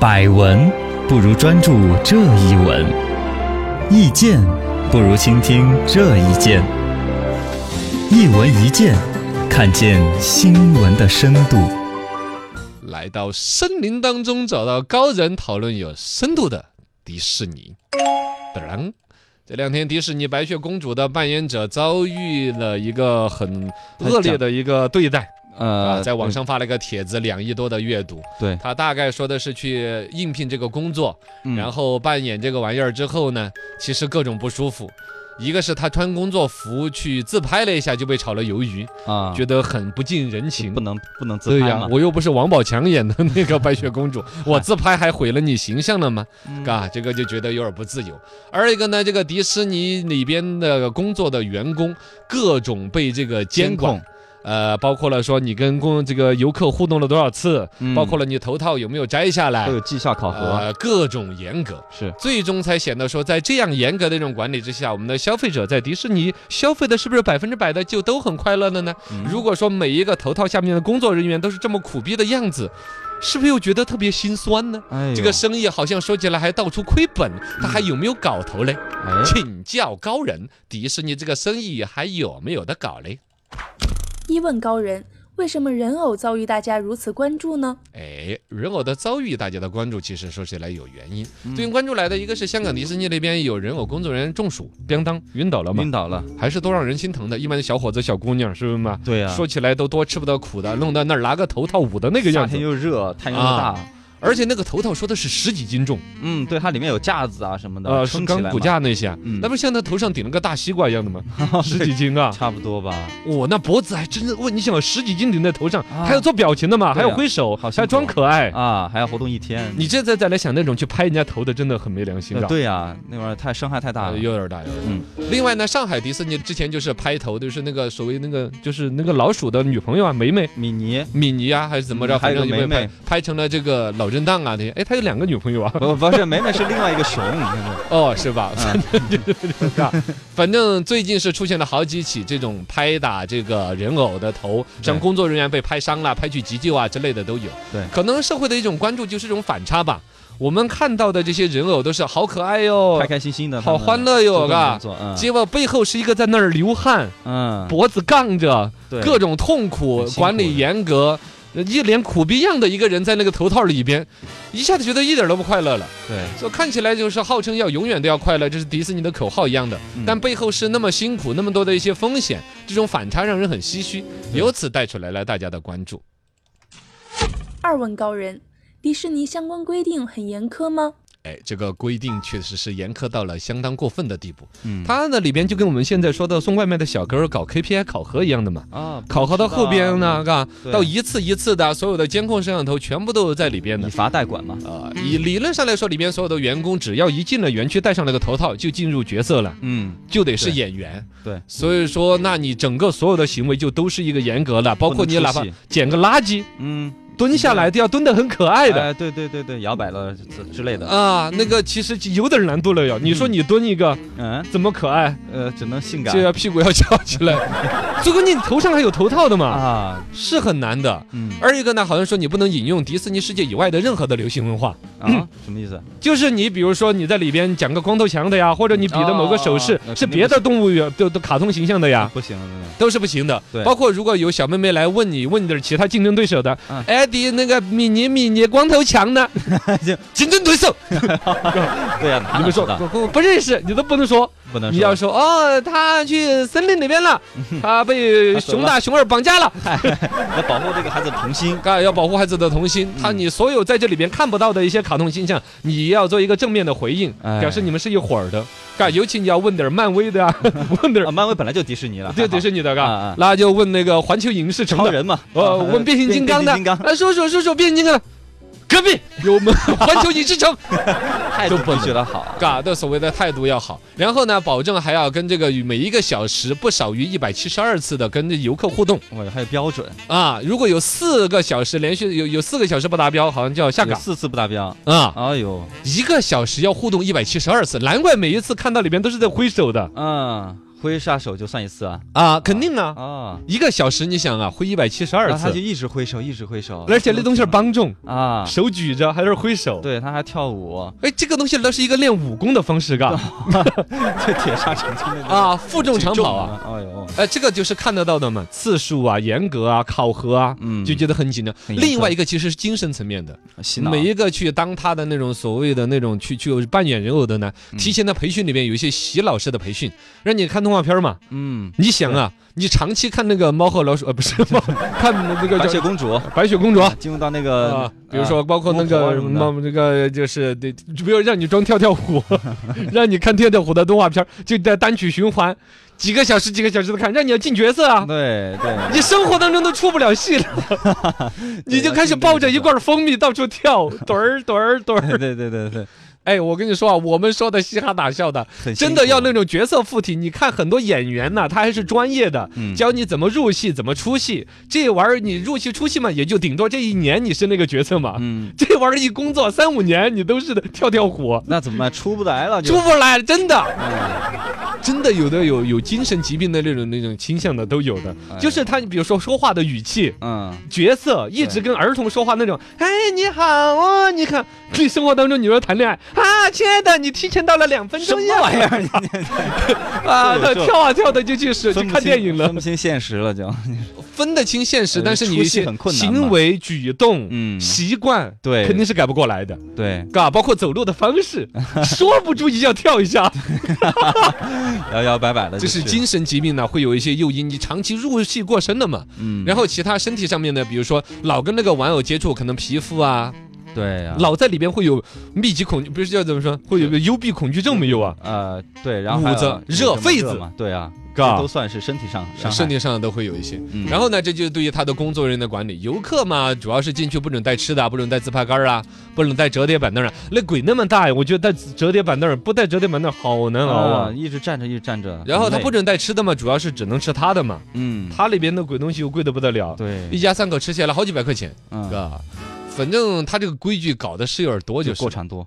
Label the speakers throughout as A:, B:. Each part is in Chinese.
A: 百闻不如专注这一闻，意见不如倾听这一见。一闻一见，看见新闻的深度。
B: 来到森林当中，找到高人讨论有深度的迪士尼。当这两天迪士尼《白雪公主》的扮演者遭遇了一个很恶劣的一个对待啊，
C: 呃，
B: 在网上发了个帖子，两亿多的阅读。
C: 对，
B: 他大概说的是去应聘这个工作，
C: 嗯
B: 然后扮演这个玩意儿之后呢，其实各种不舒服。一个是他穿工作服去自拍了一下就被炒了鱿鱼，
C: 啊，
B: 觉得很不近人情
C: 不。能不能自
B: 对
C: 拍
B: 呀、
C: 嘛，
B: 我又不是王宝强演的那个白雪公 主，我自拍还毁了你形象了吗？
C: 嗯
B: 啊，这个就觉得有点不自由。而一个呢，这个迪士尼里边的工作的员工各种被这个监管
C: 控，，
B: 呃，包括了说你跟公这个游客互动了多少次，
C: 嗯
B: 包括了你头套有没有摘下来
C: 都，有绩效考核，
B: 呃，各种严格。
C: 是
B: 最终才显得说，在这样严格的一种管理之下，我们的消费者在迪士尼消费的是不是百分之百的就都很快乐了呢？
C: 嗯
B: 如果说每一个头套下面的工作人员都是这么苦逼的样子，是不是又觉得特别心酸呢？
C: 哎呦
B: 这个生意好像说起来还到处亏本，它还有没有搞头嘞？
C: 哎
B: 请教高人，迪士尼这个生意还有没有得搞嘞？
D: 一问高人，为什么人偶遭遇大家如此关注呢？
B: 哎，人偶的遭遇，大家的关注其实说起来有原因。
C: 嗯
B: 最近关注来的一个是香港迪士尼那边有人偶工作人员中暑，咣当晕倒了嘛
C: 晕，倒了，
B: 还是都让人心疼的。一般的小伙子、小姑娘是不是嘛？
C: 对呀，
B: 说起来都多吃不得苦的，弄到那儿拿个头套捂的那个
C: 夏
B: 样
C: 天
B: 子，
C: 又热，太阳又
B: 啊
C: 大，
B: 而且那个头套说的是十几斤重，
C: 嗯，对，它里面有架子啊什么的，
B: 呃，是
C: 撑起
B: 钢
C: 来
B: 骨
C: 嘛，
B: 架那些啊，
C: 嗯
B: 那不是像他头上顶了个大西瓜一样的 吗？十几斤啊！
C: 差不多吧，
B: 我哦那脖子还真的，问你想十几斤顶在头上，
C: 啊
B: 还要做表情的嘛，还
C: 对啊
B: 要挥手，
C: 好
B: 还
C: 辛苦
B: 要装可爱。
C: 啊，还要活动一天，
B: 哎你这再再来想那种去拍人家头的，真的很没良心
C: 呃
B: 的。
C: 对呀，那玩意儿太伤害太大
B: 啊，
C: 了，
B: 有点大，有点大。
C: 嗯
B: 另外呢，上海迪士尼之前就是拍头，就是那个所谓那个就是那个老鼠的女朋友啊，梅梅。。
C: 米妮
B: 米妮啊，还是怎么着？
C: 嗯还
B: 反
C: 有
B: 正
C: 个
B: 就被
C: 梅
B: 拍
C: 梅
B: 拍成了这个脑震荡啊那些。哎，他有两个女朋友啊？
C: 不不是，美美是另外一个熊，那
B: 哦，是吧？反
C: 嗯
B: 正 就是这样。反正最近是出现了好几起这种拍打这个人偶的头，像
C: 对
B: 工作人员被拍伤了、拍去急救啊之类的都有。
C: 对
B: 可能社会的一种关注就是这种反差吧。我们看到的这些人偶都是好可爱哟
C: 个开，开心心的，
B: 哦好
C: 他们
B: 欢乐啊哟，
C: 做各种
B: 嘎
C: 工。作嗯
B: 结果背后是一个在那儿流汗、
C: 嗯，
B: 脖子杠着、
C: 对
B: 各种痛苦
C: 很，辛苦
B: 管理严格，呃一脸苦逼样的一个人在那个头套里边，一下子觉得一点都不快乐了。
C: 对，
B: 就看起来就是号称要永远都要快乐，这是迪士尼的口号一样的，
C: 嗯
B: 但背后是那么辛苦，那么多的一些风险，这种反差让人很唏嘘，由此带出来了大家的关注。
D: 二问高人，迪士尼相关规定很严苛吗？
B: 哎，这个规定确实是严苛到了相当过分的地步。
C: 嗯
B: 它呢里边就跟我们现在说的送外卖的小哥儿搞 KPI 考核一样的嘛，
C: 啊，
B: 考核到后边呢，嘎，
C: 对
B: 到一次一次的，所有的监控摄像头全部都有在里边的
C: 以。罚代管嘛，
B: 啊，以理论上来说，里边所有的员工只要一进了园区，戴上了个头套，就进入角色了，
C: 嗯，
B: 就得是
C: 对
B: 演员。
C: 对，
B: 所以说，那你整个所有的行为就都是一个严格的，包括你哪
C: 嗯
B: 怕
C: 不能出戏
B: 捡个垃圾，
C: 嗯，
B: 蹲下来都要蹲得很可爱的
C: 哎，对对对对，摇摆了之之类的，
B: 啊，那个其实有点难度了哟。你说你蹲一个
C: 嗯，
B: 怎么可爱，
C: 呃，只能性感
B: 就要屁股要翘起来， 最关键你头上还有头套的嘛，
C: 啊，
B: 是很难的。
C: 嗯
B: 而一个呢，好像说你不能引用迪士尼世界以外的任何的流行文化，
C: 啊，什么意思？
B: 就是你比如说你在里边讲个光头强的呀，或者你比的某个手势
C: 哦哦哦
B: 是别的动物园的的卡通形象的呀，
C: 不行了，真的
B: 都是不行的。
C: 对
B: 包括如果有小妹妹来问你，问你的其他竞争对手的
C: 嗯，
B: 艾迪那个米妮米妮光头强 呢
C: 就？
B: 竞争对手，
C: 对呀，哪
B: 你
C: 能
B: 们说
C: 知道
B: 不不不认识，你都不能说，
C: 不能
B: 你要说哦，他去森林里 边了，他被
C: 他走了嗯
B: 熊大熊二绑架了，
C: 要保护这个孩子童心，
B: 啊，要保护孩子的童心。他你所有在这里边看不到的一些卡通形象，你要做一个正面的回应，
C: 哎
B: 表示你们是一伙儿的。嘎，尤其你要问点儿漫威 的啊，问点
C: 啊，
B: 儿
C: 漫威本来就迪士尼了，
B: 对
C: 还好
B: 迪士尼的
C: 啊
B: 嘎
C: 啊，
B: 那就问那个环球影视城
C: 超
B: 的，
C: 人嘛，
B: 呃，
C: 啊
B: 问变形金刚的，
C: 变形金刚
B: 啊，叔叔叔叔，变形金刚的，隔壁有我们 环球影视城，
C: 太
B: 就不能
C: 比起来好，
B: 嘎的所谓的态度要好，然后呢，保证还要跟这个每一个小时不少于一百七十二次的跟这游客互动
C: 我哦还有标准，
B: 啊，如果有四个小时连续有有四个小时不达标，好像就要下
C: 有
B: 岗。
C: 四次不达标，
B: 啊，
C: 哎呦，
B: 一个小时要互动一百七十二次，难怪每一次看到里面都是在挥手的。
C: 嗯，挥下手就算一次啊
B: 啊，肯定啊，
C: 啊！
B: 一个小时你想啊，挥一百七十
C: 然
B: 二
C: 后他就
B: 次，
C: 一直挥手，一直挥手，
B: 而且那东西儿
C: 棒
B: 帮众，
C: 啊，
B: 手举着还是挥手。
C: 对，他还跳舞，
B: 哎，这个东西那是一个练武功的方式， 嘎
C: 这铁砂掌真的
B: 啊，负重长跑啊。！
C: 哎呦，
B: 哎，这个就是看得到的嘛，次数啊、严格啊、考核啊，
C: 嗯
B: 就觉得很紧张。
C: 很严格
B: 另外一个其实是精神层面的，
C: 洗脑
B: 每一个去当他的那种所谓的那种去去扮演人偶的呢，
C: 嗯
B: 提前的培训里面有一些洗脑式的培训，让你看动画片嘛。
C: 嗯，
B: 你想啊，你长期看那个猫和老鼠，呃，不是 猫，看那个
C: 白雪
B: 叫
C: 公主
B: 白雪公主。
C: 进入到那
B: 啊
C: 个，，
B: 比如说包括那
C: 巫婆
B: 个
C: 啊什么的
B: 猫，那个就是对，比如让你装跳跳虎， 让你看跳跳虎的动画片儿，就在单曲循环，几个小时几个小时的看，让你要进角色啊。
C: 对 对，
B: 你生活当中都出不了戏了， 你就开始抱着一罐蜂蜜到处跳，盹儿盹儿盹
C: 对
B: 儿。
C: 对对对对，
B: 哎，我跟你说啊，我们说的嘻哈打笑的，
C: 很
B: 真的要那种角色附体。你看很多演员呐、他还是专业的，
C: 嗯
B: 教你怎么入戏，怎么出戏。这玩意儿你入戏出戏嘛，也就顶多这一年你是那个角色嘛。
C: 嗯，
B: 这玩意儿一工作三五年，你都是跳跳虎，
C: 那怎么办？出不来了就
B: 出不来，真的。
C: 嗯
B: 真的有的有有精神疾病的那种那种倾向的都有的，
C: 哎
B: 就是他比如说说话的语气，
C: 嗯，
B: 角色，一直跟儿童说话那种。哎，你好哦，你看，你生活当中你说谈恋爱啊，亲爱的，你提前到了两分
C: 什
B: 钟
C: 么
B: 呀，
C: 玩意儿？你
B: 啊，
C: 这
B: 跳啊跳的就去是去
C: 分不
B: 看
C: 清
B: 电影了
C: 分，不清现实了就，
B: 分得清现实，
C: 呃
B: 但是你一
C: 出
B: 些
C: 戏很困难嘛
B: 行为举动、
C: 嗯
B: 习惯，
C: 对
B: 肯定是改不过来的，
C: 对，
B: 嘎，包括走路的方 式，说不注意要跳一下，
C: 摇摇摆摆的，
B: 这是精，神疾病呢，会有一些诱因，你长期入戏过深了嘛。
C: 嗯，
B: 然后其他身体上面呢，比如说老跟那个玩偶接触，可能皮肤啊，
C: 对呀，
B: 老在里边会有密集恐惧，不是叫怎么说，会有个幽闭恐惧症没有啊？
C: 呃，对，然后还
B: 捂
C: 有
B: 着
C: 这
B: 热
C: 什么
B: 痱子
C: 嘛，对啊，
B: 嘎
C: 这都算是身体上伤害
B: 身体上都会有一些
C: 嗯。
B: 然后呢，这就是对于他的工作人员的管理。游客嘛，主要是进去不准带吃的啊，不准带自拍杆儿啊，不准带折叠板凳儿啊。那鬼那么大呀，我觉得带折叠板凳儿不带折叠板凳儿好难熬
C: 啊，
B: 啊。
C: 一直站着，一直站着，
B: 然后他
C: 很累
B: 不，准带吃的嘛，主要是只能吃他的嘛。
C: 嗯，
B: 他那边的鬼东西又贵的不得了，一
C: 对，
B: 家三口吃起来好几百块钱，
C: 嗯，
B: 哥。反正他这个规矩搞的是有点多，就
C: 过
B: 是。
C: 场多，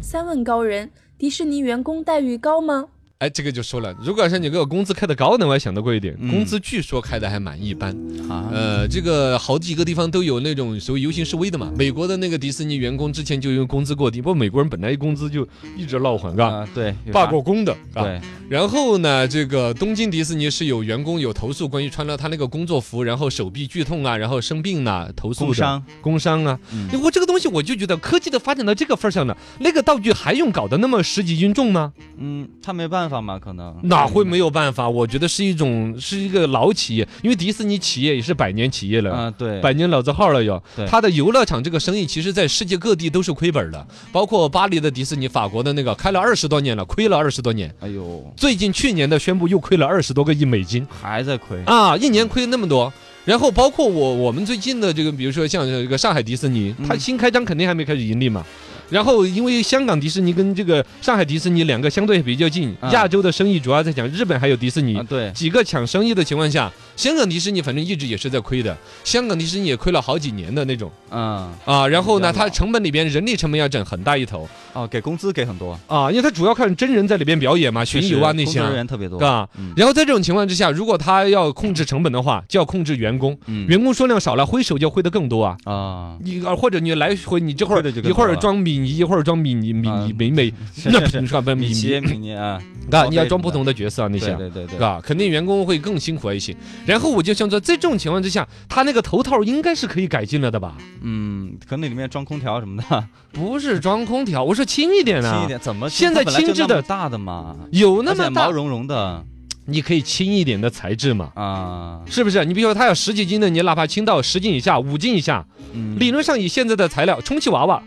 D: 三问高人：迪士尼员工待遇高吗？
B: 哎，这个就说了，如果要是你给我工资开的高呢，我还想得过一点。
C: 嗯
B: 工资据说开的还蛮一般。
C: 啊，
B: 呃，这个好几个地方都有那种所谓游行示威的嘛。美国的那个迪士尼员工之前就因为工资过低，不过美国人本来工资就一直闹混，嘎，
C: 啊，对，有
B: 罢
C: 啥，
B: 过工的，嘎。
C: 对，
B: 然后呢，这个东京迪士尼是有员工有投诉关于穿了他那个工作服，然后手臂剧痛啊，然后生病啊，投诉的
C: 工伤，
B: 工伤啊。
C: 嗯
B: 我这个东西我就觉得科技都发展到这个份儿上了，那个道具还用搞得那么十几斤重吗？
C: 嗯，他没办法嘛，可能
B: 哪会没有办法？我觉得是一种是一个老企业，因为迪士尼企业也是百年企业了。
C: 啊，对，
B: 百年老字号了又
C: 对。
B: 他的游乐场这个生意，其实在世界各地都是亏本的，包括巴黎的迪士尼、法国的那个，开了二十多年了，亏了二十多年。
C: 哎呦，
B: 最近去年的宣布又亏了二十多个亿美金
C: 还在亏，
B: 啊，一年亏那么多。然后包括我我们最近的这个，比如说像这个上海迪士尼，它
C: 嗯
B: 新开张肯定还没开始盈利嘛。然后因为香港迪士尼跟这个上海迪士尼两个相对比较近，
C: 啊
B: 亚洲的生意主要在讲日本还有迪士尼
C: 啊，，对，
B: 几个抢生意的情况下，香港迪士尼反正一直也是在亏的，香港迪士尼也亏了好几年的那种
C: 嗯，
B: 啊。然后呢，
C: 比较
B: 它
C: 老
B: 成本里边人力成本要整很大一头
C: 哦，给工资给很多，
B: 啊，因为它主要看真人在里边表演嘛，巡游啊
C: 确
B: 那
C: 实
B: 些
C: 工作人
B: 啊。
C: 员特别多，
B: 啊
C: 嗯
B: 然后在这种情况之下，如果他要控制成本的话，就要控制员工，
C: 嗯
B: 员工数量少了，挥手就挥得更多啊。
C: 啊，
B: 你啊，或者你来回，你这会儿
C: 挥得就更
B: 一会儿
C: 多了
B: 装米妮，一会儿装米妮米妮
C: 嗯
B: 美美，
C: 是
B: 那
C: 是是
B: 你说不是米
C: 米奇
B: 妮，
C: 米妮啊，
B: 啊，
C: 高
B: 你要
C: 飞
B: 装
C: 什么
B: 不
C: 的
B: 同的角色啊那
C: 对
B: 些啊。
C: 对对对，
B: 啊，肯定员工会更辛苦一些。然后我就想说，在这种情况之下，他那个头套应该是可以改进了的吧？
C: 嗯，可能那里面装空调什么的，
B: 不是装空调，我说轻一点啊，
C: 轻一点，怎么
B: 现在
C: 它本来就
B: 轻质
C: 那么
B: 的
C: 大的嘛，
B: 有那
C: 而且
B: 么
C: 毛
B: 大，
C: 茸茸的
B: 你可以轻一点的材质嘛。
C: 啊，
B: 是不是？你比如说，它要十几斤的，你哪怕轻到十斤以下、五斤以下，
C: 嗯
B: 理论上以现在的材料，充气娃娃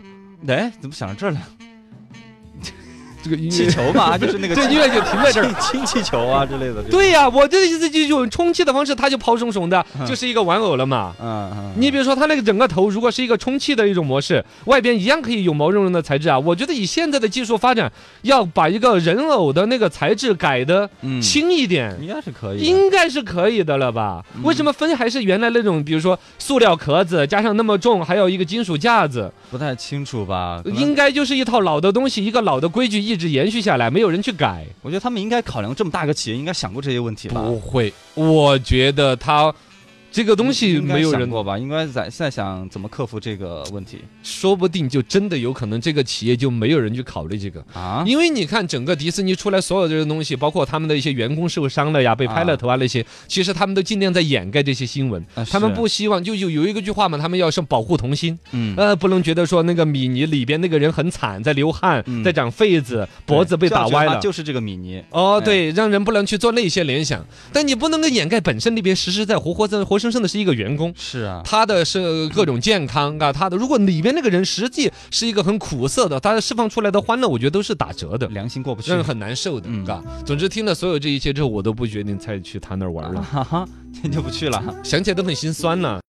C: 哎，怎么想到这儿了？
B: 这个音
C: 气
B: 乐，
C: 球嘛，就是那个
B: 这音
C: 气
B: 乐就停在这儿。
C: 氢气球啊之类的，这种，
B: 对呀、我这意思就是用充气的方式，它就抛松松的，
C: 嗯
B: 就是一个玩偶了嘛。
C: 嗯嗯，
B: 你比如说，它那个整个头如果是一个充气的一种模式，外边一样可以有毛茸茸的材质啊。我觉得以现在的技术发展，要把一个人偶的那个材质改的
C: 嗯
B: 轻一点。
C: 应该是可以的，
B: 应该是可以的了吧？
C: 嗯
B: 为什么分还是原来那种，比如说塑料壳子加上那么重，还有一个金属架子，
C: 不太清楚吧？可能
B: 应该就是一套老的东西，一个老的规矩，一直延续下来，没有人去改。
C: 我觉得他们应该考量这么大个企业，应该想过这些问题吧？
B: 不会，我觉得他这个东西
C: 应该
B: 没有
C: 想
B: 人，
C: 过吧？应该在在想怎么克服这个问题
B: 说不定就真的有可能这个企业就没有人去考虑这个。
C: 啊？
B: 因为你看，整个迪士尼出来所有这些东西，包括他们的一些员工受伤了呀、被拍了头啊那些，其实他们都尽量在掩盖这些新闻。
C: 啊
B: 他们
C: 是
B: 不希望，就有有一个句话嘛，他们要是保护童心，
C: 嗯，
B: 呃，不能觉得说那个米妮里边那个人很惨，在流汗，
C: 嗯
B: 在长痱子，脖子被
C: 这样觉
B: 打
C: 得
B: 歪
C: 他
B: 了。
C: 就是这个米妮。
B: 哦，
C: 哎
B: 对，让人不能去做那些联想，但你不能够掩盖本身那边实实在活活在活生生的是一个员工，
C: 是啊，
B: 他的是各种健康啊，他的如果里边那个人实际是一个很苦涩的，他释放出来的欢乐，我觉得都是打折的。
C: 良心过不去
B: 让。人很难受的，
C: 嗯
B: 嘎、总之听了所有
C: 啊
B: 这一切之后，我都不决定再去他那儿玩了，
C: 哈哈，这就不去了。
B: 想起来都很心酸呐。